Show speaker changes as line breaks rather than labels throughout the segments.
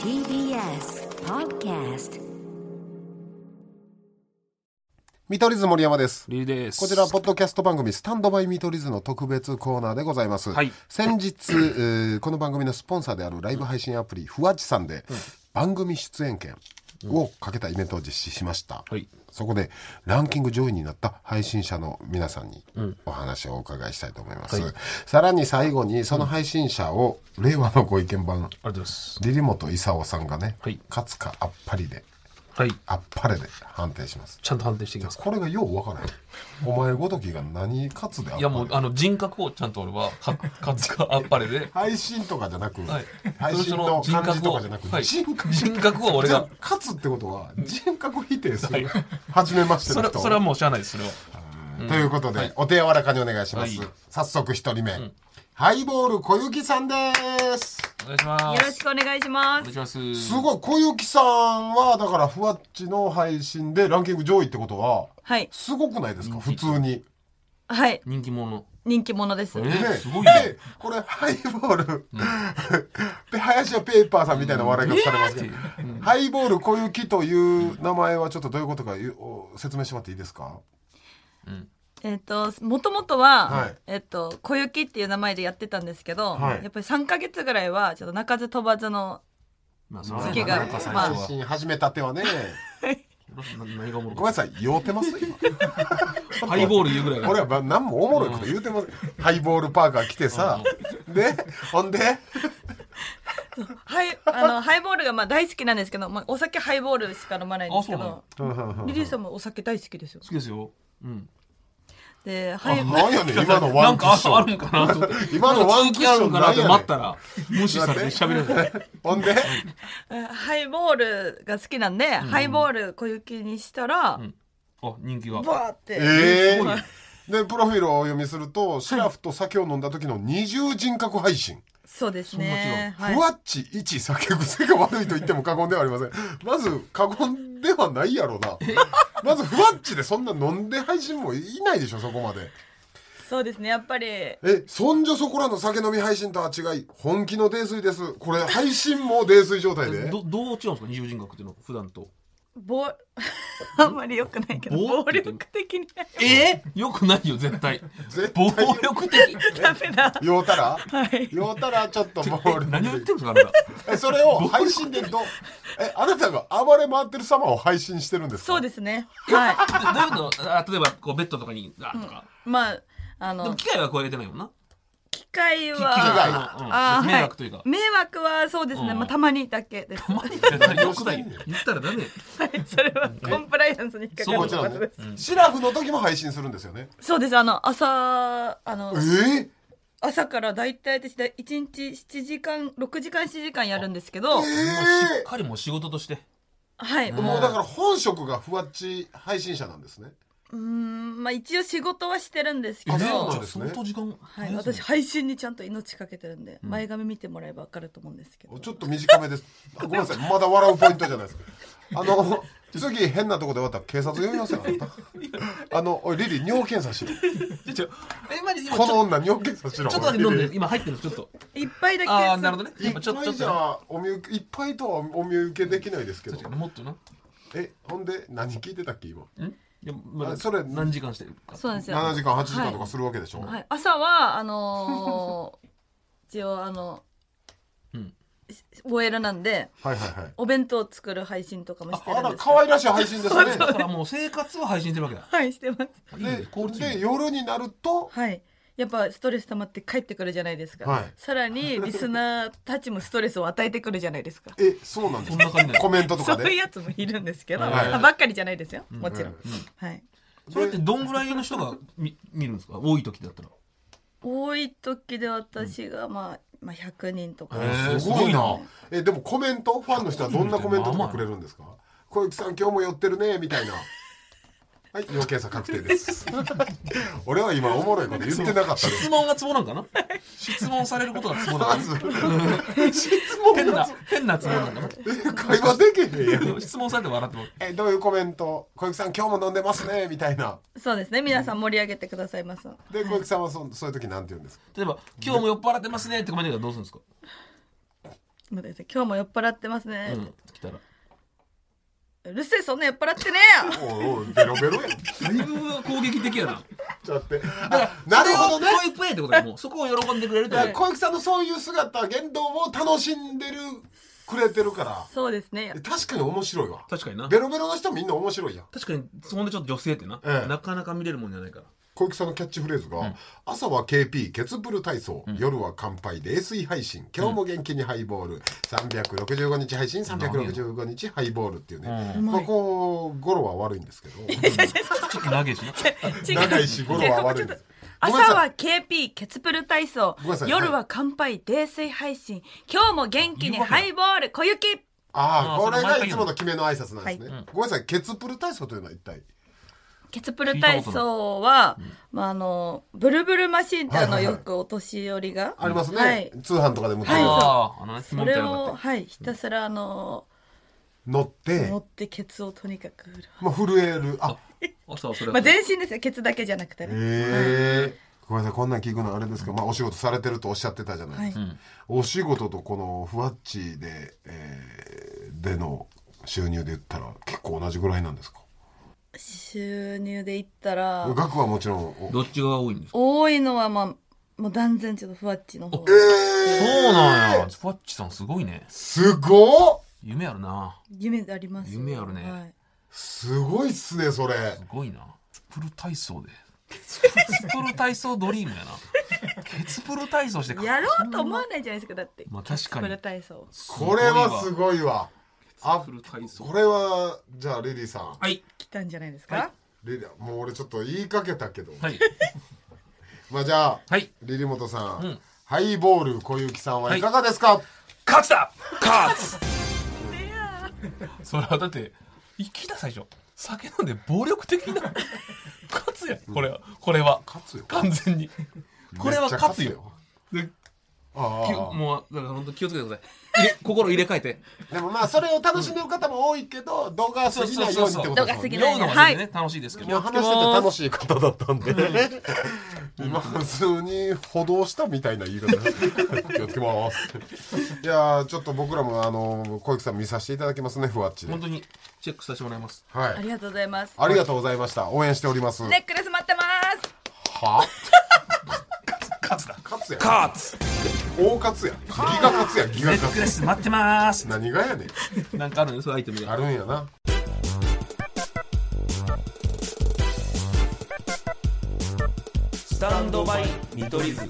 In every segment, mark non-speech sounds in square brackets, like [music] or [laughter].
TBS Podcast
見取り図森山です
リーです。
こちらポッドキャスト番組「スタンドバイ見取り図」の特別コーナーでございます、
はい
先日、えーこの番組のスポンサーであるライブ配信アプリふわちさんで番組出演権をかけたイベントを実施しました、
はい
そこでランキング上位になった配信者の皆さんにお話をお伺いしたいと思います、さらに最後にその配信者を令和のご意見番
ありがとうございます。
リリモト勲さんがね、
はい
勝つかあっぱりで
はい。
あっぱれで判定します
ちゃんと判定していきますか。
これがようわからへん。お前ごときが何勝つであっ
い
た
や
の
もう、あの、人格をちゃんと俺は、 [laughs] か、かつか、あっぱれで。
配信とかじゃなく、
はい
配信の
その人
感じ
格
と
を
かじゃなく、
はい
人格
人格を俺
じゃ
が
あ勝つってことは人格否定する、
はい
初めまして
そ
の
れ、
人
それはもうしゃあないです、それは。
ということで、お手柔らかにお願いします、
はい
早速一人目、ハイボール小雪さんです
お願いします。
よろしくお願いし
お
ま
願い
す。
します。
すごい小雪さんはだからふわっちの配信でランキング上位ってことは
はい。
すごくないですか普通に
はい。
人気者。
人気者です。
え
ね、
すごいね
でこれハイボール、で林家ペーパーさんみたいな笑い方されますけど、ハイボール小雪という名前はちょっとどういうことかゆお説明してもらっていいですか
えっ、と、もともとは、
はい
えっ、と、小雪っていう名前でやってたんですけど、
はい
やっぱり3ヶ月ぐらいは、ちょっと鳴かず飛ばずの、
まあ、それは
月
な
が
んか最
まあ
初
配
は。
信始めたてはね
な何がおも
ごめ
ろ
ん
か
なさい酔ってます
ったハイボール言うぐらい
俺はま何もおもろいこと言うてません、ハイボールパーカー来てさ、でほんで
はい、あの、ハイボールがまあ大好きなんですけど、まあ、お酒ハイボールしか飲まないんですけ
あそうな
ど
の、
リリーさんもお酒大好きですよ
好。きですよ。うん。
で、ハイ、
何
[laughs]
やねん今のワ
な
ン
ん
ク
か
ッ
あ
シ
あ
ョ
る
ン
んかなと思って。
[laughs] 今のワンクッション
なんか続きあるんかなって
なんやねん
待ったら、無視されて喋れない。
ほんで
ハイボールが好きなんで、ハイボール小雪にしたら、
あ、人気が。
バーって、
ええ
すごい
でプロフィールをお読みするとシラフと酒を飲んだ時の二重人格配信、
そうですね。はい
ふわっち一酒癖が悪いと言っても過言ではありませんまず過言ではないやろうなまずふわっちでそんな飲んで配信もいないでしょそこまで
そうですね、やっぱり、
えそんじょそこらの酒飲み配信とは違い本気の泥酔ですこれ配信も泥酔状態で
ど、どう違うんですか二重人格っていうのは、普段と。
ぼ [laughs] あんまり良くないけど
ぼ
暴力的には
えよくないよ、絶対。
絶
暴
対
力的。
ダメだ
酔うたら
はい
酔うたらちょっと [laughs]
[laughs]
ボール
何を言ってるんですか、あなた。
えそれを配信でどえあなたが暴れ回ってる様を配信してるんですか
そうですねはい [laughs]
どどういうこと [laughs] あ例えばこうベッドとかにあとか、
まああ
でも
の
機械は加えてないもんな
機械は
機械の、うん
あー
迷惑というか、
は迷惑はそうですね、
うん
まあたまにだけです
たまにやったらよくない
何をしてん
言ったらダメ
はいそれはコンプライアンスに引っかか
そう
も
る
ちろ
こ
ん
と
ね
です、
シラフの時も配信するんですよね。
そうですあの朝あの
えー、
朝から大体私だ1日7時間6時間7時間やるんですけど
え
しっかりもう仕事として
はい
ー、も
も
うだから本職がふわっち配信者なんですね。
ううーんまあ一応仕事はしてるんですけ
あ
ど
じ
そうなんだ
ゃあ相当時間、
はい、私配信にちゃんと命かけてるんで、前髪見てもらえば分かると思うんですけど
ちょっと短めです。あごめんなさい、まだ笑うポイントじゃないです。あの、次変なとこで終わったら警察呼びますよ、あな
[laughs]
た。あの、おい、リリー、尿検査しろ。
ちょちょえマジ今ちょ
この女、尿検査しろ。
ちょっとだけ飲ん
リ
で
リー。
今入ってるちょっと
いっぱいだけ
ああなるほどね
いっ
今ちょっ
ぱ
と
い
ち
じ
ょっ
ゃお見受けいっぱいとはお見受けできないですけど
ともっとな
えほんで何聞いてたっけ今
んいやま
あ
だ
それ
何時間してるか
そうなんですよ
7時間8時間とかするわけでしょ、
はい、はい朝はあのー一応あの、
うん
し OL なんで
はいはいはい
お弁当を作る配信とかもして
あ
る
あ
んで
ら
す
可愛らしい配信
[laughs]
ですね
だからもう生活は配信してるわけだ
はいしてます
いいね
で
効率いいね
で夜になると
はいやっぱストレス溜まって帰ってくるじゃないですか、
はい
さらにリスナーたちもストレスを与えてくるじゃないですか
えそうなんです
そんな感じな
コ
の
メントとか
そういう
で
やつもいるんですけど、
はい
はいはい
ばっかりじゃないですよもちろ
う
ん、
ん
はい
それってどんぐらいの人が見見るんですか多い時だったら
多い時で私が、まあ、まあ100人とか、
へー
すごい
すご
ない
ね
えでもコメントファンの人はどんなコメントとかくれるんですか小雪さん今日も寄ってるねみたいなはい要検査確定です
[laughs]
俺は今おもろいこと言ってなかったです
質問がツボなん
[laughs]
かな質問されることがツボな
ま
んか
ず
な
質問
変
が
な変なツボなんかな
会話できへんやん
[laughs] 質問されて笑っても
えどういうコメント小雪さん今日も飲んでますねみたいな
そうですね皆さん盛り上げてくださいます
で小雪さんはそそういう時なんて言うんですか
例えば「今日も酔っ払ってますね」ってコメントがどうするんですか
待ってください今日も酔っ払ってますね
う、ん、来たら。
うるせえそんな酔っ払ってねえよ
おいおいベロベロやん
だいぶ攻撃的やな。
ちゃってあ [laughs] なるほどね
それをそういうプレーってことだよもうそこを喜んでくれるって
だ
こ
か
と
ら小雪さんのそういう姿言動を楽しんでるくれてるから
そうですね
確かに面白いわ
確かにな。
ベロベロの人みんな面白いやん
確かに、そんでちょっと女性ってな、
ええ
なかなか見れるもんじゃないから。
[laughs] 小雪さんのキャッチフレーズが、朝は KP ケツプル体操、夜は乾杯冷水配信今日も元気にハイボール、365日配信365日ハイボールっていうね、
うま
まあ
い
こう語呂は悪いんですけど
ちょっと長いし
[laughs]
な。
違う
長いし語呂は悪いですごめんな
朝
さ
はい KP ケツプル体操
ごめんなさい
夜は乾杯泥酔配信今日も元気にハイボール小雪
ああ
あー
これ
その毎
が
回
いつもの決めの挨拶なんですね、
はいうん
ごめんなさいケツプル体操というのは一体
ケツプル体操は、まあ、あのブルブルマシーンってあの
はいはい
よ
はい
くお年寄りが
ありますね、
はい
通販とかでも、
はい
ああ、あの質
そ
問みた
れ
いなのがあ
を
って。
はいひたすらあの
乗って
持ってケツをとにかく振る
まあ、震えるあ
朝はそれ
ま
は
あ、全身ですよケツだけじゃなくて
へ
ね
えごめんなさいこんなん聞くのあれですけど、まあ、お仕事されてるとおっしゃってたじゃないですか、
はいうん
お仕事とこのふわっちで、えーでの収入で言ったら結構同じぐらいなんですか
収入で言ったら
額はもちろんお
どっちが多いんですか
多いのはまあもう断然ちょっとふわっちの方
え
そうなんや。スパッチさんすごいね。
すごっ
夢あるな。
夢ありますよ
夢あるね
はい
すごいっすねそれ
すごいな。ケツプル体操で。ケツプル体操ドリームやな。ケツプル体操してか
やろうと思わないじゃないですかだって、
まあ確かに
ケツプル体操
これはす
い
ごいわ
わ。
あ
ケツプル体操
こ。れはじゃあリリーさん
はい。
来たんじゃないですか、
はい
リリーもう俺ちょっと言いかけたけど、
はい。
まあじゃあ、
はい。
リリモトさん、
うん
ハイボール小雪さんはいかがですか、
勝つだ勝つそれはだって生きた最初酒飲んで暴力的な勝つやんこれはこれは
勝つよ
完全にこれは勝つよで
あ
きゅ
あ
もうだから本当気をつけてください入れ心入れ替えて
でもまあそれを楽しんでる方も多いけど、動画は過ぎないようにってことです
動画過
よ
ぎ
ね
ない
酔うのは全然ね楽しいですけ
いや
ど
話してて楽しい方だったんでね今普通に歩道したみたいな言い方気をつけますいやーちょっと僕らもあの小雪さん見させていただきますねふわっちで
本当にチェックさせてもらいます
は
あ
い
りがとうございます
ありがとうございました応援しております、
ネックレス待ってます
は
勝つだ
勝つや
勝つ
大勝つやギガ勝つやギガ
ネ
勝
ックレ
つ
ス待ってます
何がやねん
なんかあるねそういうアイテムが
あるんやな
スタンドバイ見取り図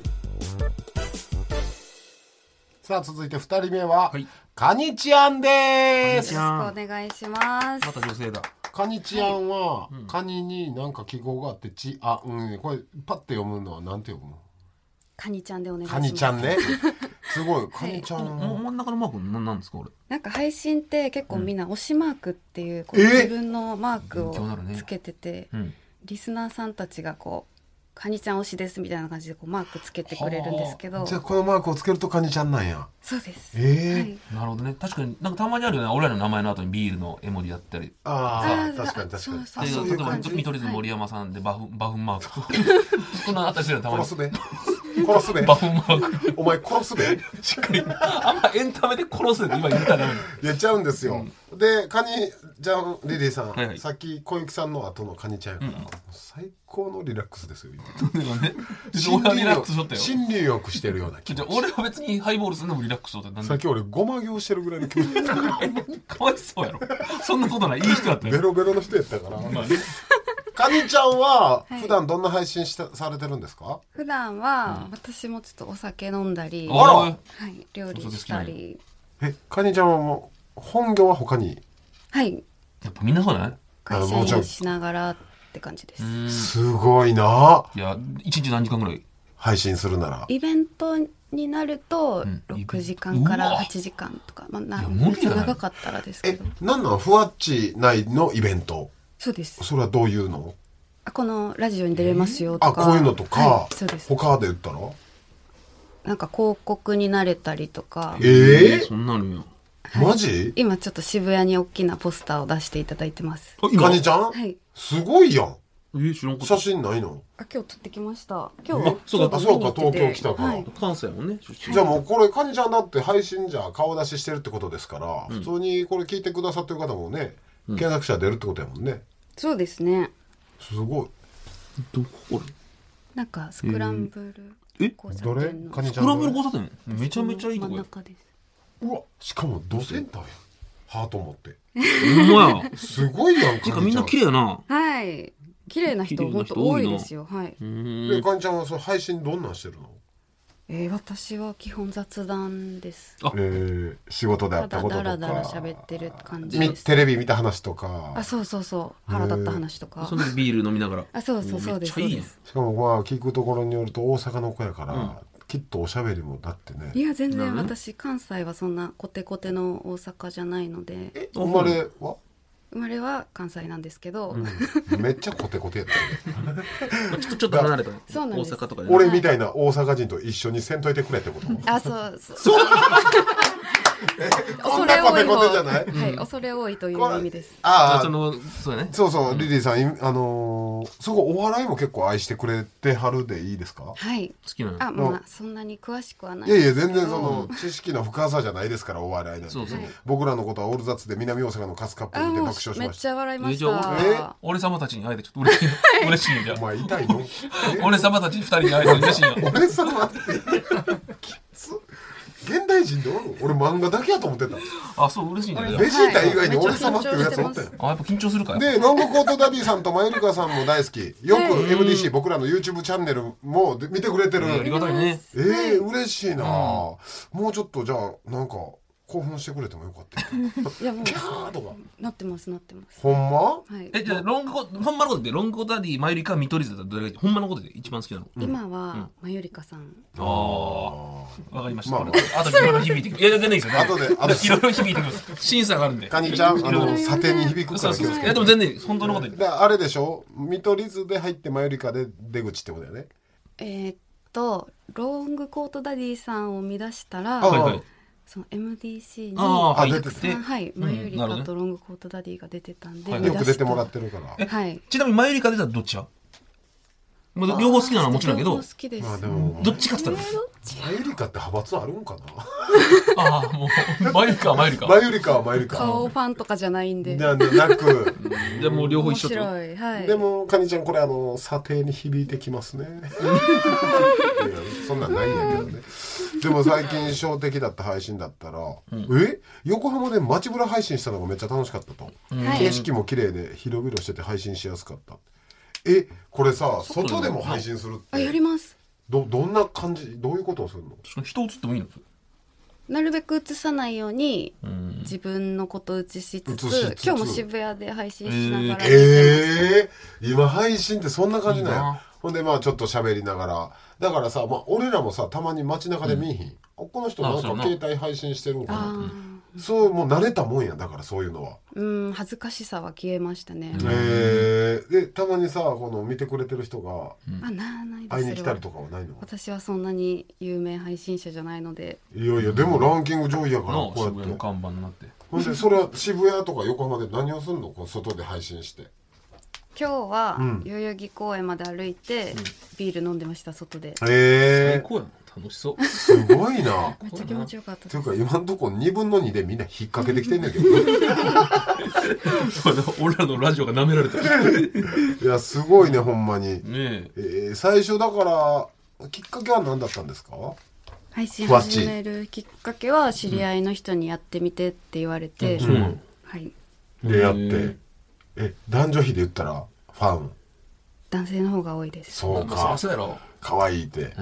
さあ続いて二人目は、
はい
カニチアンで
ですす
お
ま
願いします。
た女性だ
カニチアンは、カニになんか記号があってチアうんこれパッて読むのはなんて読むの
カニちゃんでお願いし
カ
ます。
ニちゃんね
[laughs]
すごいカニちゃん、
もう真ん中のマークなんなんですか俺
なんか配信って結構みんな推しマークっていう、こう
え
自分のマークを
勉強になるね
つけてて、
うん
リスナーさんたちがこうカニちゃん推しですみたいな感じでこうマークつけてくれるんですけど、
じゃあこのマークをつけるとカニちゃんなんや
そうです。は
ええ
い。
なるほどね確かになんかたまにあるよね俺らの名前の後にビールの絵文字だったり
あ
あー
あ確かに確かに
そう
あ
で
そう
例
い
え
う
ば
感じ
見取り図森山さんでバフバフンマークこんなのあったりするよたまに
殺すべ
[laughs]
殺すべ
バフンマーク
お前殺すべ
しっかりあんまエンタメで殺すって今言ったらダメ
やっちゃうんですよ、でカニちゃんリリーさん、
はいはい
さっき小雪さんの後のカニちゃんやから、最高のリラックスですよ今
だよね俺はリラックスしとったよ
心理欲してるような気
じゃ
持
あ
ち
俺は別にハイボールするのもリラックスしとったよなん
さっ
で
き俺ごま行してるぐらいの気持 [laughs] ち
かわいそうやろそんなことないいい人だった
ベ
よ
ロベロの人やったから
まあね
カニちゃんは
はい
普段どんな配信したされてるんですか
普段は私もちょっとお酒飲んだり、
[laughs] あ
は
ら
い、料理したり、
えカニちゃんはもう本業は他に
はい、
やっぱみんなそうだね
会
あもち
社
ろ
員
ん
しながらって感じです。
すごいない
や一日何時間ぐらい
配信するなら
イベントになると
ん
6時間か
う
ら
わ
8時間とか、まあ、ない
や無
めっ
理じ
ち
ゃ
ゃ
ない
長かったらですけ
え
ど
なんなんふわっち内のイベント
そうです
それはどういうの
あこのラジオに出れますよと
あ
か
こういうのとか、
はいそうです
他で言ったら
なんか広告になれたりとか
ええ
そんなのよ
マジ
今ちょっと渋谷に大きなポスターを出していただいてます
カニち
ゃん
ゃん、
はい
すごいやん
え知らんかった
写真ないの
あ今日撮ってきました今日
あそうだ
あそうか
見に行ってて
東京来たから
はい
関西もね出身
じゃあもうこれカニちゃんだって配信じゃ顔出ししてるってことですから、普通にこれ聞いてくださってる方もね検索者出るってことやもんね
そうですね
すごい
どここ
なんかスクランブル
え
交差
どれ
点の
カニち
れ
ゃんどれ
グラムの交差点めちゃめちゃいいとこ
真ん
や
中です
うわしかもドセンターやハート持って
ほん
[laughs]
まや
すごいやん
てか
カ
み
ニ
ん
ちゃ
なん綺麗やな
はい綺麗な
綺
人
麗な
本
人
当
多
多
いない
ですよはい、
うー
で
ん
カニちゃんはその配信どんなんしてるの
えー私は基本雑談です
あ
えー、仕事であ
た
った
だ
ことと
だ
から
だら喋ってる感じ
み
です
テレビ見た話とか
あそうそうそう腹立った話とか
そのビール飲みながら
あそうそうそう
め
で
っ
す
ちゃいい
そう
やん
です
しかもまあ聞くところによると大阪の子やから、きっとおしゃべりもだってね
いや全
なる
然
ほどね
私関西はそんなコテコテの大阪じゃないので
生まれは
生まれは関西なんですけど、
めっちゃコテコテやったよね
ちょっとちょっと離れたね
そうなんです
大阪とかでね
俺みたいな大阪人と一緒にせんといてくれってこと
[laughs] あそうそう [laughs] 恐れ
こん
多
ないコテコテじ
方
ゃない
はい恐れ多いという意味です
ああ
そのそうやね
そうそう、リリーさんいあのーそこお笑いも結構愛してくれてはるでいいですか
はい
好きなの
あまあそんなに詳しくはない
いやいや全然その知識の深さじゃないですからお笑いなんて
そうそう
僕らのことはオールザッツで南大阪のカスカップ
あ
見て爆
も
笑しま
うめっ
し
ち
た
ゃ笑いまし
え
た
俺様たちに会えてちょっと嬉し
[laughs]
い嬉しいねじゃ
お
あ
前痛いの
俺様たち二人に会えて嬉しいよ
俺様ってきつ現代人でおる俺漫画だけやと思ってた
あそう嬉しいねじゃ
ベジータ以外に俺様っていうやつおったよ
ああやっぱ緊張するから
でロングコートダディさんとマユリカさんも大好きよく MDC 僕らの YouTube チャンネルもで見てくれてる
ありがたいね
えー、嬉しいな、もうちょっとじゃあなんか興奮してくれてもよかったよ
いやも
キャーとか
うなってますなってます
ほんま
はい
えじゃあロングコほんまのことでロングコートダディマユリカ見取り図だったらどれがほんまのことで一番好きなの
今はまゆりかさん
ああわかりました
まあま
あといろいろ響いてくるいや全然いいですよ
後で後で
いろいろ響いてくる審査があるんで
カニちゃんあの査定に響くか
そう
ら気
そう
をつ
そうい
け
やで
て
も全然本当のこと言って
だからあれでしょ見取り図で入ってマユリカで出口ってことだよね
えーっとロングコートダディさんを見出したら
あ
はいはい
その MDC に
ああーは
あ
い
出て
さんはい
うん
まゆり
なるほ
かと
どね
ロングコートダディが出てたんで
はい
見
よ
出
く
し
出てもらってるから
はい
ちなみにマユリカ出たらどっちやまあ両方好きなのはもちろんやけ
両
ど
方好きです
まあでも
どっちかって言ったら
マユリカって派閥あるんかな
ああもうマユリカはマユリ
[laughs]
カ
マユリカはマユリカ
顔ファンとかじゃないんで
じゃなく
じゃあもう両方
面
一緒ってこと
白いはい
でもカニちゃんこれあの査定に響いてきますねいやそんなんないんやけどねでも最近印象的だった配信だったら、え横浜で街ぶら配信したのがめっちゃ楽しかったと、
はい
景色も綺麗で広々してて配信しやすかったえこれさ外でも配信するっ
あや
て
ります
どどんな感じどういうことをするの
その人映ってもいいの
なるべく映さないように自分のこと映しつ
映しつ
つ
つ
今日も渋谷で配信しながら見てます
ええー、今配信ってそんな感じなん
いい
や
な
ほんでまあちょっと喋りながらだからさ、まあ、俺らもさたまに街中で見えひん、あこの人なん
あ
か
そうやな
携帯配信してるんかな
あ
そうもう慣れたもんやだからそういうのは、
ーうん恥ずかしさは消えましたね
えー、でたまにさこの見てくれてる人が
あなないです
会いに来た
それは
りとかはないの
私はそんなに有名配信者じゃないので
いやいやでもランキング上位やから
の
こうや
渋谷
っ
の
て
看板になって
ほんでそれは渋谷とか横浜で何をすんのこう外で配信して
今日は
ん
代々木公園まで歩いてビール飲んでました外で
え
最
え
高やな楽しそう
すごい
[laughs]
な
[laughs] めっちゃ気持ちよかった
ていうか今んとこ2分の2でみんな引っ掛けてきてんねんけど
[laughs] 俺らのラジオが舐められてる
いやすごいねほんまに、
ね
えー最初だからきっかけは何だったんですか
配信
ふわっち
始めるきっかけは知り合いの人にやってみてって言われて、
そうなの
はい、
出会ってえ男女比で言ったらファン
男性の方が多いです
そうか
そうやろ
可愛いって
うん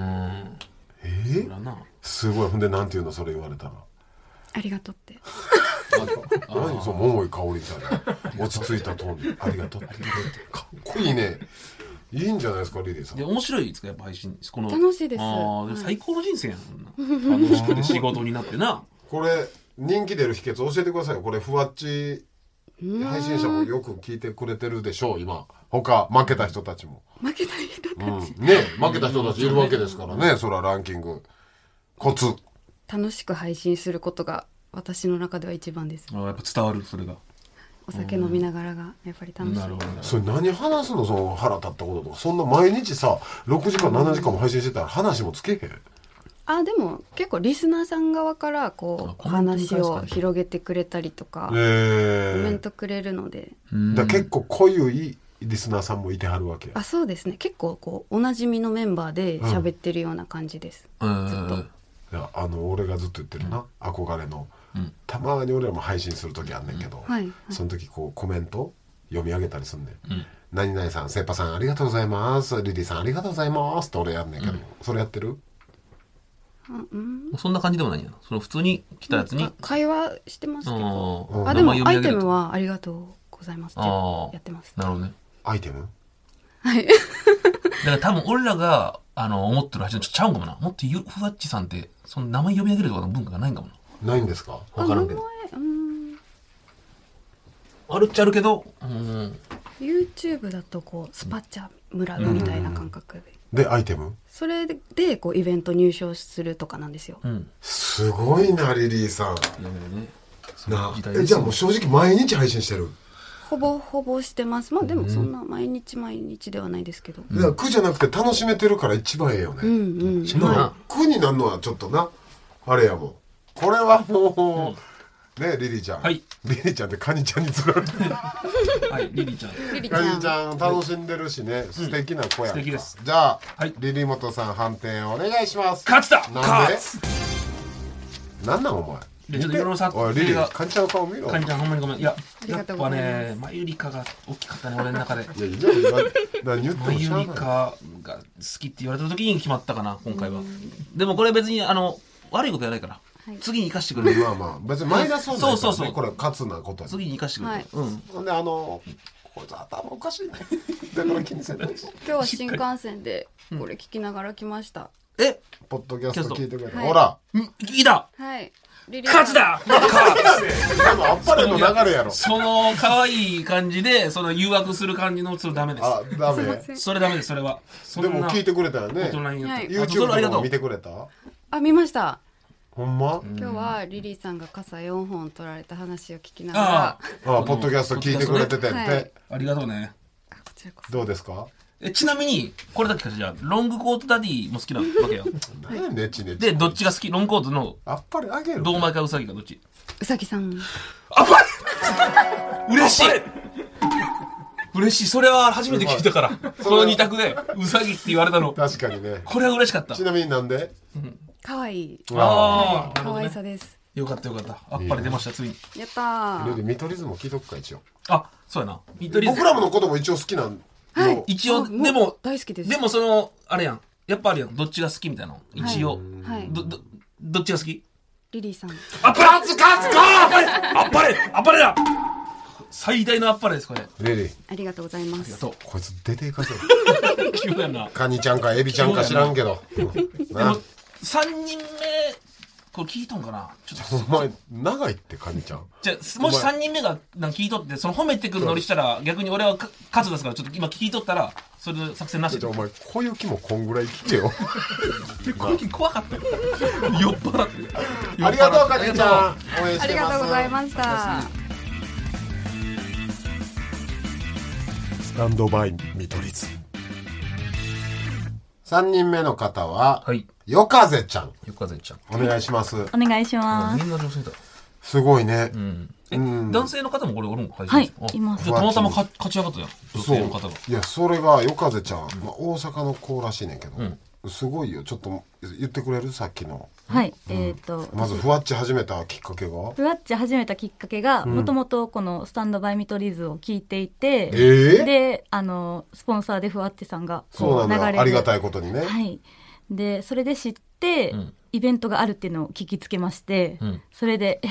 え
そ
ー
らな
すごいほんでなんて言うのそれ言われたら
ありがとうって
何その桃井かおりみたいな落ち着いたトーンでありがとうかっこいいねいいんじゃないですかリリーさん
で面白いですかやっぱ配信この
楽しいです
ああ
はい
最高の人生やな楽しくて仕事になってな
これ人気出る秘訣教えてくださいよこれふわっち配信者もよく聞いてくれてるでしょう今他負けた人たちも、
負けない人たち、
うん、ね負けた人たちいるわけですからねそれはランキングコツ
楽しく配信することが私の中では一番です
あーやっぱ伝わるそれが
お酒飲みながらがやっぱり楽しい。
なるほど
それ何話すのその腹立ったこととかそんな毎日さ6時間7時間も配信してたら話もつけへん
あでも結構リスナーさん側から
あ
こう
コメントに対
話
して
を広げてくれたりとか、
え
コメン
ー、
トくれるので、
だから結構濃ゆいリスナーさんもいてはるわけや
あそうですね結構こうおなじみのメンバーで喋ってるような感じです。
うん
ずっと
いやあの俺がずっと言ってるな、憧れの、たまに俺らも配信する時あんねんけど、
はいはい
その時こうコメント読み上げたりすんねん、何々さんセッパさんありがとうございますリリーさんありがとうございますって俺やんねんけど、それやってる
そんな感じでもないんやなその普通に来たやつに
あ会話してますけど、
あー
あでも
名
ア
前
イ
読み上げ
テ
る
ムはありがとうございますって
あー
やってます。
なるほどね
アイテム
はい。
だから多分俺らがあの思ってる話とちゃうんかもなもっとゆふわっちさんってその名前読み上げるとかの文化がないんかもな
ないんですか
分からんけど
うーん
あるっちゃあるけどうん
YouTube だとこうスパチャ村みたいな感覚で、
でアイテム
それでこうイベント入賞するとかなんですよ。
すごいなリリーさんな
時代です
えじゃあもう正直毎日配信してる、
ほぼほぼしてます。まあでもそんな毎日毎日ではないですけど。
だから苦じゃなくて楽しめてるから一番ええよね、
うんうん。
まあ、苦になるのはちょっとなあれやもんこれはもう、ねリリーちゃん、
はい
リリーちゃんってカニちゃんに釣られて
はいリリーちゃん
リリち
カ
ゃ
ニ
ん
ち。ゃん楽しんでるしね、素敵な子やんか
素敵です
じゃあ、
はい
リリモトさん判定お願いします
勝つだ
なんで
勝
なんなんお前
いやちょっと
見て
世論さ
おいリリ
リリ
ー
が
カニちゃんの顔見ろ
かにちゃんほんまにごめんいや
り
や
が
っ
とうご
ぱ
ざいます
ねマユリカが大きかったね俺の中で
いやいや何言って
マ
もし
ユ
ゃあ
リ
ない
カが好きって言われた時に決まったかな今回はでもこれ別にあの悪いことやないから、次に生かしてくれる
まあまあ別にマイナスはないから、ね、
そうそうそう
これは勝つなことや
次に生かしてくれる、
はい
うん
ほんであのこいつ頭おかしいねだから気にせないし
今日は新幹線でこれ聞きながら来ました。
え
[laughs] ポッドキャスト聞いてくれた、
はい
ほら
んいた
はい。リリーさん
勝ちだ
でもあっぱれの流れ [laughs] やろ
その可愛い感じでその誘惑する感じのそれダメで
あダメ
すそれダメですそれはそん
で
な
も聞いてくれたよ
大
ね
人になって、
はい
あそれあり
YouTube
がと
も
う
見てくれた
あ、見ました。
ほんま
今日はリリーさんが傘4本取られた話を聞きなが
あ
ら。
あポッドキャスト聞いてくれててんて、
はい
あありがとうね
あこちらこそ。
どうですか
えちなみにこれだけかじゃあロングコートダディも好きなわけよ [laughs]
何やねちねち
でどっちが好きロングコートの
あっぱれあげる
どうまいかウサギかどっち
うさぎさん。
嬉しい嬉しいそれは初めて聞いたから
そ
そ
れは
の二択でウサギって言われたの
確かにね
これは嬉しかった
ちなみになんで
可愛い。
ああ、なる
可
ほど
愛
ね
さです。
よかったよかったあっぱれ出ましたついに
やった
ルー
ー。
ル見取り図も聞いとくか一応
あそうやな見取り図
僕らものことも一応好きなんの
一応
あう
でも
大好きです。
でもそのあれやんやっぱあるやんどっちが好きみたいなの一応
はい。
どどどっちが好き
リリーさん。
あっぱれ勝つ勝つかあっぱれあっぱれだ最大のあっぱれですこれあ
レリー
ありがとうございま
りが
す。
と
こいつ出ていかせる
う急やな
[laughs] カニちゃんかエビちゃんか知らんけどうん
でも
な
3人目これ聞いとんかなちょっと
お前長いってカニちゃん
じゃあもし3人目がなんか聞いとってその褒めてくるノリしたら逆に俺はか勝つですからちょっと今聞いとったらそれの作戦なし
ち
で
ょっとお前小雪もこんぐらい来
[laughs]
てよ
この時怖かったよ酔っ払ってる
ありがとうカニちゃん応援してます
ありがとうございました。
スタンドバイ見取り図3人目の方は、
はい
よかぜちゃん
よかぜちゃん
お願いします
お願いします
みんな女性だ
すごいね、
え男性の方もこれおるんか
はい
あ
います
じゃあたまたまか勝ち上がったやん女
そう
性の方が
いやそれがよかぜちゃん、まあ、大阪の子らしいねんけど、すごいよちょっと言ってくれるさっきの
はいえっと
まずふわっち始めたきっかけが
ふわっち始めたきっかけがもともとこの「スタンドバイ見取り図」を聞いていて、
ええ
であのスポンサーでふわっちさんが
そうなんだよありがた
い、
いことにね、
はい、でそれで知って、イベントがあるっていうのを聞きつけまして、
ん
それでえ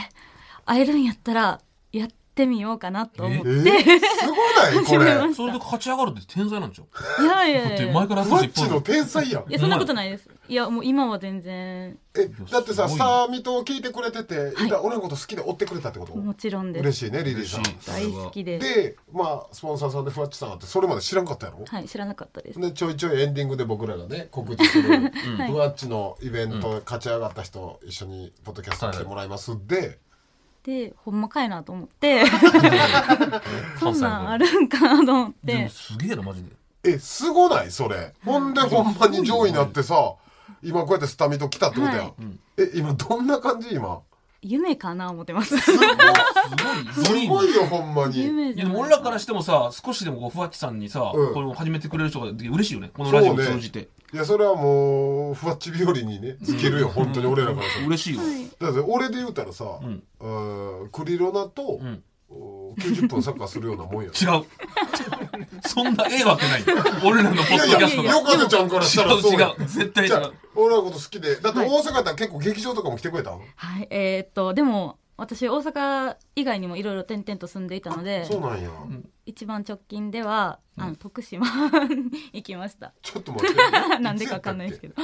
会えるんやったらやってみようかなと思っ
え
て、
ー、すご
[laughs] 始
ない
め
こ
ま
れ
し
それで勝ち上がるって天才なんでしょ
たいやい
だっ
や
て
い
前
や
から
ふわっ
一
ちの天才やん
いやそんなことないですいやもう今は全然
えだってさ
すごいね
さあみと聞いてくれてて、いや俺のこと好きで追ってくれたってこと
もちろんで
嬉
す
しいねリリーさん
大好きで
でまあスポンサーさんでふわっちさんあってそれまで知らんかったやろ、
はい、知らなかったです
でちょいちょいエンディングで僕らがね告知する、ふわっちのイベント、勝ち上がった人一緒にポッドキャスト来てもらいます、で
でほんまかいなと思って
[laughs]
そんなんあ
る
るんかなと思っ
でも
て
すげえなマジで
えすごないそれほんでほんまに上位になってさ今こうやってスタミト来たってことや、
はい
んえ今どんな感じ今
夢かな思っ
[laughs]
てます
す
す
ごい
ごいよほんまに
夢
い
じ
や
ゃ
でも
ない
俺らからしてもさ少しでもこうふわっちさんにさ、
うん
これを始めてくれる人ができて嬉しいよねこのラジオを通じて、
いやそれはもうふわっち日和にね尽きるよ本当に俺らからしたら
嬉しいよ、
だって俺で言うたらさ、
ん
うん、クリロナと、
ん
お90分サッカーするような
[laughs]
もんや
違う [laughs] そんなええわけない俺らのポ
い
ッド
や
キャ
い
ス
や
ト
よかねちゃんからしたらそう
が
や
違う違う絶対違
じゃ
う
あ俺らのこと好きでだって大阪だったら結構劇場とかも来てくれたの、
はいえーっとでも私大阪以外にもいろいろ転々と住んでいたので
そうなんや、
一番直近ではあの徳島行きま [laughs] した
ちょっと待って
[laughs] なんでかわかんないですけ
ど
ど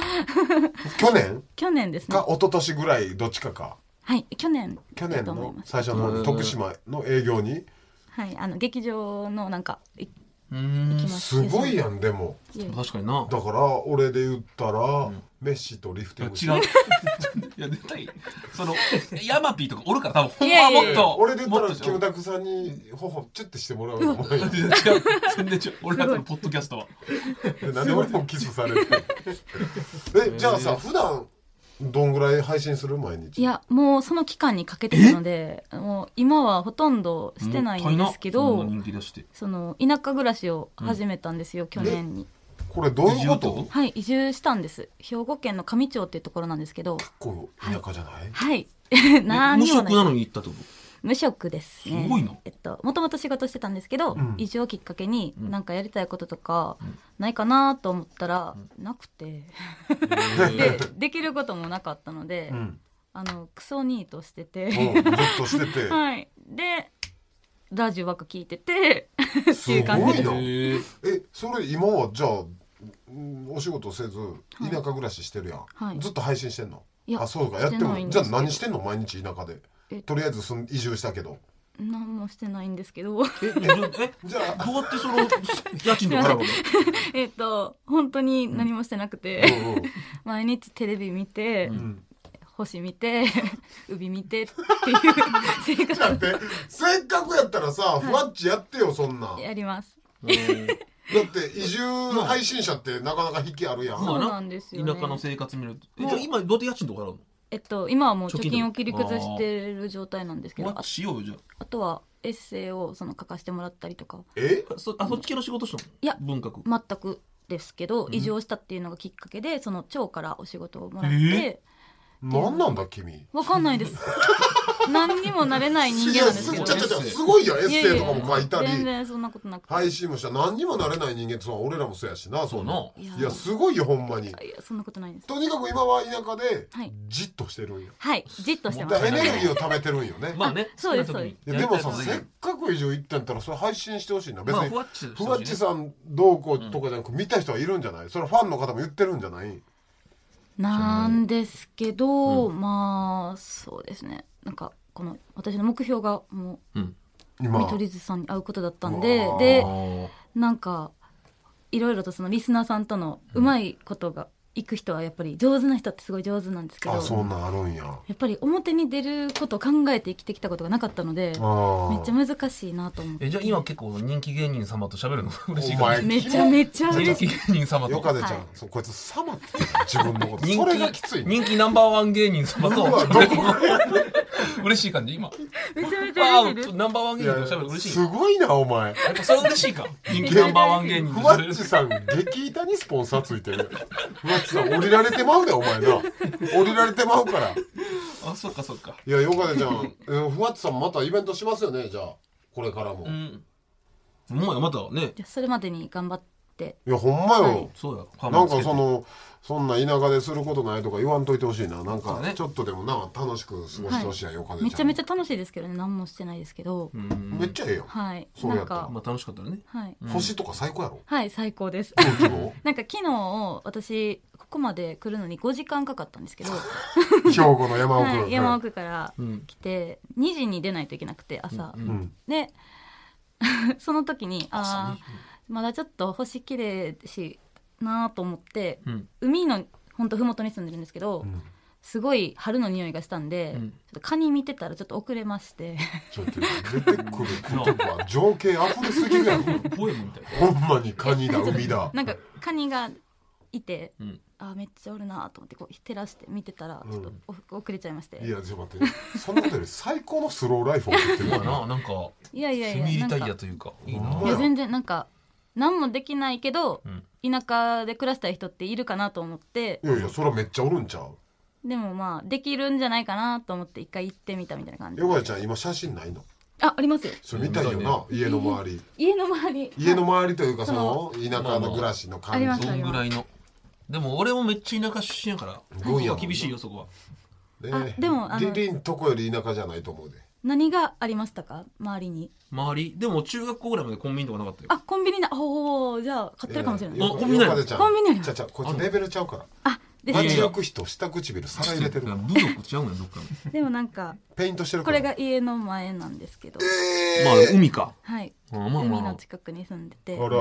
去年
去年ですね
か一昨年ぐらいどっちかか
はい去年
去年
だと思い
の
ます
最初
う
の
ん
徳島の営業に
はいあの劇場のなんかい行
うーん
きまし
す
た
ごいやんでも
いやいや
確かにな
だから俺で言ったらメッシとリフ
い
ティ
や
ング
違う [laughs] いや絶対そのヤマピーとかおるから多分ほんまはもっ
いやいやい
と
俺で言った
も
ら
っと
キムタクさんに頬チュッてしてもらうようなもんや
[laughs] いや違う全然違う俺らとのポッドキャストは
なん [laughs] で俺もキスされて
[laughs]
えじゃあさ普段どんぐらい配信する毎日
いやもうその期間にかけてたのでもう今はほとんどしてないんですけ
もった
ど
いなそんな人気出して
その田舎暮らしを始めたんですよ、去年に
これどういうこ
移住
と
と
はい移住したんです兵庫県の上町っていうところなんですけど
こう田舎じゃない、
はい
え
[laughs] 何
無
にも
職
ない
なのに行ったってこと
無職ですね
すごいな
えっと、もともと仕事してたんですけど、
ん
移住をきっかけになんかやりたいこととかないかなと思ったら、なくてでできることもなかったので、
うん
あのクソニートして
も
て、
うずっとして
[laughs]
て
はい、でラジオばっか聞いてて
す
ていう感
ご
じ
いな
へえ
えそれ今はじゃあうんお仕事せず田舎暮らししてるやん、
はい
ずっと配信してんの
いや
あそうかやって
して
も
ないん
じ
で
ゃあ
すけど
何してんの毎日田舎で
え
とりあえずすん移住したけど
何もしてないんですけど [laughs]
えじゃあえ
じゃあ
どうやってその家賃とか払うの
えっと本当に何もしてなくて、
うんうん
毎日テレビ見て、
ん
星見て海見てっていう生活
でせっかくやったらさふわっちやってよそんなんだ
やります。
って移住配信者ってなかなか引きあるやん、
まあ
そうなんですよね
田舎の生活見るとえ
もう
じゃあ今どうやって家賃とか払うの
えっと、今はもう
貯金
貯金を切り崩してる状態なんですけ
お
ど
前
あ
しようよじゃ
あとはエッセイをその書かせてもらったりとか
え
あそあそっち系の仕事したの
いや
文学
全くですけど移住したっていうのがきっかけでその町からお仕事をもらっ
え
て
なんなんだ君
わかんないです [laughs] 何にもなれない人
いや
間なんです
す
け
ち
ど
ゃちゃちゃすごいやんエッ
いやい
セ
や
イとかも書いたり
全然そんなことなくて、
配信もした何にもなれない人間ってそう俺らもそうやしなそんなん
そう
ない
やすごいよほんまに
いやそんなことないです
とにかく今は田舎で
はい
じっとしてるんや、
はいじっとしてま
だ
す
からエネルギーを貯めてるんよね、
まあね
そうです
好きな時に
いやでもさ
やりた
せ
い
っ
こ
かく以上行ったんやったらそれ配信してほしいな
と
別
まあ
に、
ふわっち
ふわっち
ん
さんどうこうとかじゃなく見た人はいるんじゃないそれファンの方も言ってるんじゃない
なんですけど、まあそうですねなんかこの私の目標がもう見
今
取り図さんに会うことだったんで
うわー
でなんかいろいろとそのリスナーさんとのうまいことがいく人はやっぱり上手な人ってすごい上手なんですけど
あそ
や
んなんあるんやあ
っぱり表に出ることを考えて生きてきたことがなかったのでめっちゃ
ー
難しいなと思って
えじゃあ今結構人気芸人様と喋るの嬉しい
お
か
前
めちゃめちゃ嬉
人
しい
気芸人様
よ
と
かねちゃん、
はい
そうこいつサマって言うの自分のこと
人
それ
気
がきついね
人気ナンバーワン芸人様
う
と
わどこ
[laughs] 嬉しい感じ今
めちゃめちゃ
あ
嬉しいです
ーナンバーワン
い
芸人
や
と喋る嬉しい
すごいなお前
やっぱそれ嬉しいか人気ナンバーワン芸人と
ふわ
喋れ
っ
る
ちさん、激板にスポンサーついてる。ふわっちさん、降りられてまうね、お前な。降りられてまうから。い
あそっかそっか
や、よかねちゃん、えーふわっちさん、またイベントしますよね、じゃあ。これからも。
う
い
んお前またね
じゃあそれまでに頑張って
や、ほんまよ。
はい
そうやカメ
な
ラ
ん
つけ
か
て
その、そんな田舎ですることないとか言わんといてほしいな。なん
そ
か
うね、
ちょっとでもな、楽しく過ごしてほしいや、よかねちゃん。
めちゃめちゃ楽しいですけどね何もしてないですけど
うん
めっちゃええよ。
はい
そう
な
や
ん
った
か
まあ楽しかったらね
はい
星とか最高やろ。
はい最高です
いいの
[laughs] なんか昨日私ここまで来るのに5時間かかったんですけど
兵庫の山
はい、
奥。
山奥から
ん
来て、2時に出ないといけなくて朝、
ん
で [laughs] その時にああまだちょっと星綺麗だしなあと思って、
ん
海のほんと麓に住んでるんですけど、すごい春の匂いがしたんで、
うん
ちょっとカニ見てたらちょっと遅れまして
ちょっと出てくる言葉情景溢れすぎるやろ
ポエムみたいな。
ほんまにカニだ海だ
なんかカニがいて、
うん
あめっちゃおるなと思ってこう照らして見てたら
うん
ちょっとお遅れちゃいまして、
いやちょっと待ってそんなことより最高のスローライフを送ってる
ま
か
あな、
ら
なんか、
いやいや
セ
いや
ミリタイ
な
ヤ
んか
というか、いいな。
ほん
い
ま
や全然なんか何もできないけど、
ん
田舎で暮らしたい人っているかなと思って
いやいやそれはめっちゃおるんちゃう
でもまあできるんじゃないかなと思って一回行ってみたみたいな感じ
横谷ちゃん今写真ないの
あありますよ
それ見たいよな家の周り
家の周り
家の周りというかその田舎の暮らしの感
あります
じ
そんぐらいの。でも俺もめっちゃ田舎出身やから、
どんやろうな
厳しいよ、そこは。
ね
あでもあ
リ
の
リンとこより田舎じゃないと思うで
何がありましたか周りに
周り、でも中学校ぐらいまでコンビニとかなかったよ。
あコンビニなおーじゃあ買ってるかもしれない、
えーあコンビニない
横谷ちゃん
コンビニない
ちゃうちゃうこいつレベルちゃうから
あで
マジ
街行く人下唇皿入れてる
部族ちゃうねん、どっかの。
でもなんか
ペイントしてる
こ
から
れが家の前なんですけど、
まあ海か。
はい、
あまあまあ
海の近くに住んでて
あら
い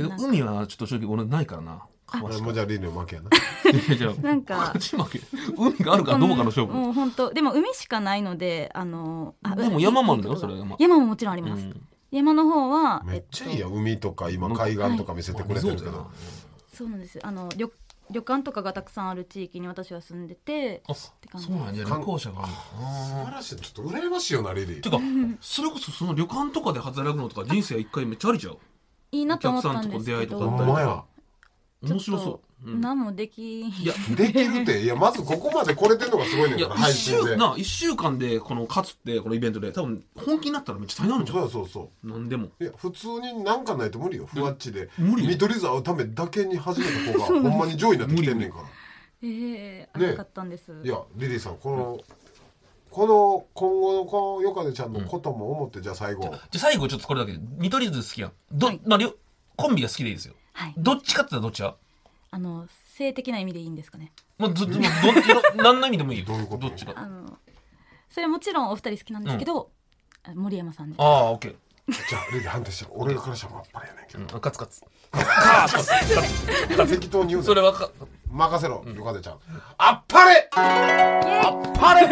やでも海はちょっと正直俺ないからな。
もうじゃあリンの負けやな
い [laughs] やじゃあ
なんか
勝ち負け。海があるかどうかの勝
こん
負。
もう本当でも海しかないのであのあ
でも山もあるんだよ
いいとこ
それ山
山ももちろんあり
う
ます、
ん
山の方は
めっちゃいい
え
や海とか今海岸とか見せてくれてるけど
っとそうなんですあの旅旅館とかがたくさんある地域に私は住んでて
あ、
て感じ
そうなんや。旅行者があるのかな。
素晴らしいちょっと羨ましいよなリリ
てか、それこそその旅館とかで働くのとか人生一回めっちゃありちゃう。
いいなと思ったんです
お
け
客さんとこ出会いと
ど
ほ
か
んまや
面
ちょ
白
っと
そう。うん
何もでき
いや、
[laughs] できるっていやまずここまで来れてるのがすごいねん
い
か
や
ら、
一
配信
週、
で
な、一週間でこの勝つって、このイベントで、多分本気になったらめっちゃ大変なんじゃ。
そうんやそうそ
なんでも。
ういや普通になんかないと無理よふわっちで
無理よ
見取り図会うためだけに始めた子
[laughs]
がほんまに上位になってきてんねんから
えー、
ね
なかったんです、
いやリリーさんこのこの今後のこのヨカネちゃんのことも思ってじゃあ最後
じゃあ最後ちょっとこれだけで、見取り図好きやん。ど、
はい
まあ、両コンビが好きでいいですよ。
はい
どっちかって言ったらどっちや
あの性的な意味でいいんですかね
まあ、ずっと、もうどっちの、 [laughs] 何の意味でもいいよ。
どういうこと
っちか。
あのそれはもちろんお二人好きなんですけど、あ森山さんで
ああ、オッケー。
じゃあリリー判定して俺からしたらあっぱれやねんけ
うん、カツカツ。
ど適当に言う
そ
な
れはか、
任せろヨカネちゃんあっぱれ
パレ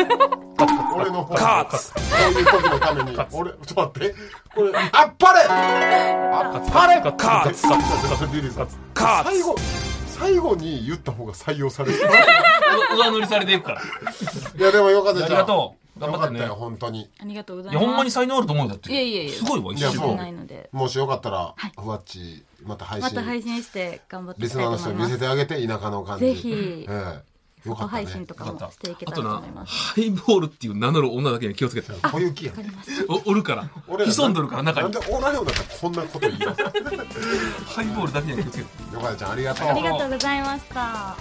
俺の方
カ
こういう時のために俺ちょっと待ってこれあっぱれあっぱれ
カツカツ
カツリリーさん
カ
最後最後に言った方が採用される
ツ上乗りされていくから。
[laughs] いやでもよかっ
あ
た
り
じゃん
がとう。頑
よ
張
か
っ
ってた
ね
よ。本当に
ありがとうござ
い
い
や、
ます
ほんまに才能あると思うよだって。
いやいやいや
すごいわ、
い
一
や
瞬
もう
も
ないので
もしよかったら
はい
ふわっちまた配
ま
信
た配信して頑張ってい
リ
き
ス
たい
ナー
と
の人
思い
に
ま
見せ
す
てあげて田舎の感じ
ぜひ
ええよか
ご
った
配信
ね
とか
よか
も
っ
していけ
あ
たらと
とな
思い、ます
ハイボールっていう名乗る女だけに気をつけて。
小雪やん
おおるから。
俺ら
潜んどるから、中
なん
に
で。おらんようになったらこんなこと言います
ハイボールだけに気をつけて。
よかったちゃんありがとう
ありがとうございました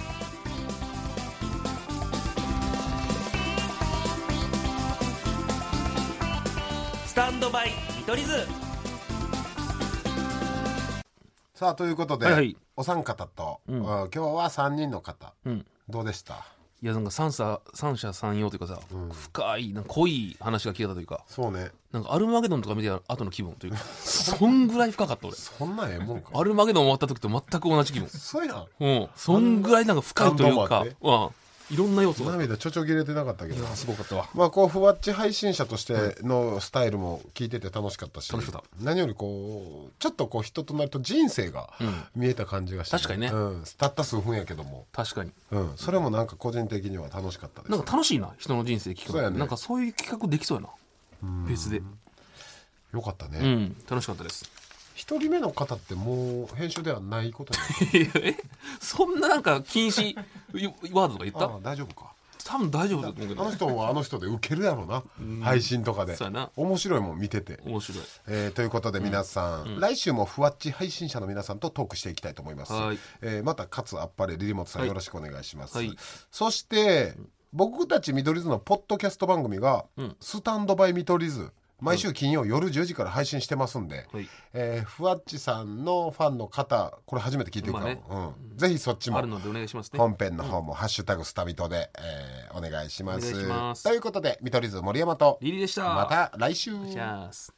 スタンドバイ見取り図
さあということで、
はいはい
お三方と、
ん
うん今日は三人の方、
うん
どうでした
いやなんか三者三者三様というかさ、深いなんか濃い話が聞けたというか
そうね
なんかアルマゲドンとか見て後の気分というか [laughs] そんぐらい深かった俺
そんなんええもんか
アルマゲドン終わった時と全く同じ気分
そうやん
うんそんぐらいなんか深いという
あ
か
んな
うんいろんな要素が
涙ちょちょ切れてなかったけど
すごかったわ
まあこうふわっち配信者としてのスタイルも聞いてて楽しかったし
楽しかった
何よりこうちょっとこう人となると人生が見えた感じがして、
確かにね
うん、たった数分やけども、
確かに
うん、それもなんか個人的には楽しかったです
なんか楽しいな人の人生聞
そ
く
うや
の、
ね
なんかそういう企画できそうやなベースで
よかった
う
ね
ん楽しかったです [laughs]
一、人目の方ってもう編集ではないことになる
えそんななんか禁止 [laughs] ワードとか言っ
あ
た
あ大丈夫か
多分大丈夫だと思うけ
あの
ど
人もあの人でウケるやろな、配信とかで
そうやな
面白いもん見てて、
面白い
えーということで皆さん、来週もふわっち配信者の皆さんとトークしていきたいと思います
はい、
えーまた勝あっぱれリリモトさんよろしくお願いします、
はい
そして僕たち見取り図のポッドキャスト番組が「スタンドバイ見取り図」毎週金曜夜10時から配信してますんで、
はい
えーふわっちさんのファンの方これ初めて聞いてるから、
ま
うん、ぜひそっちも
あるのでお願いしますね
本編の方も「ハッシュタグスタビトで」えーお願いしま
お
す
願いします
ということで見取り図森山と
リリーでした
また来週
じゃあ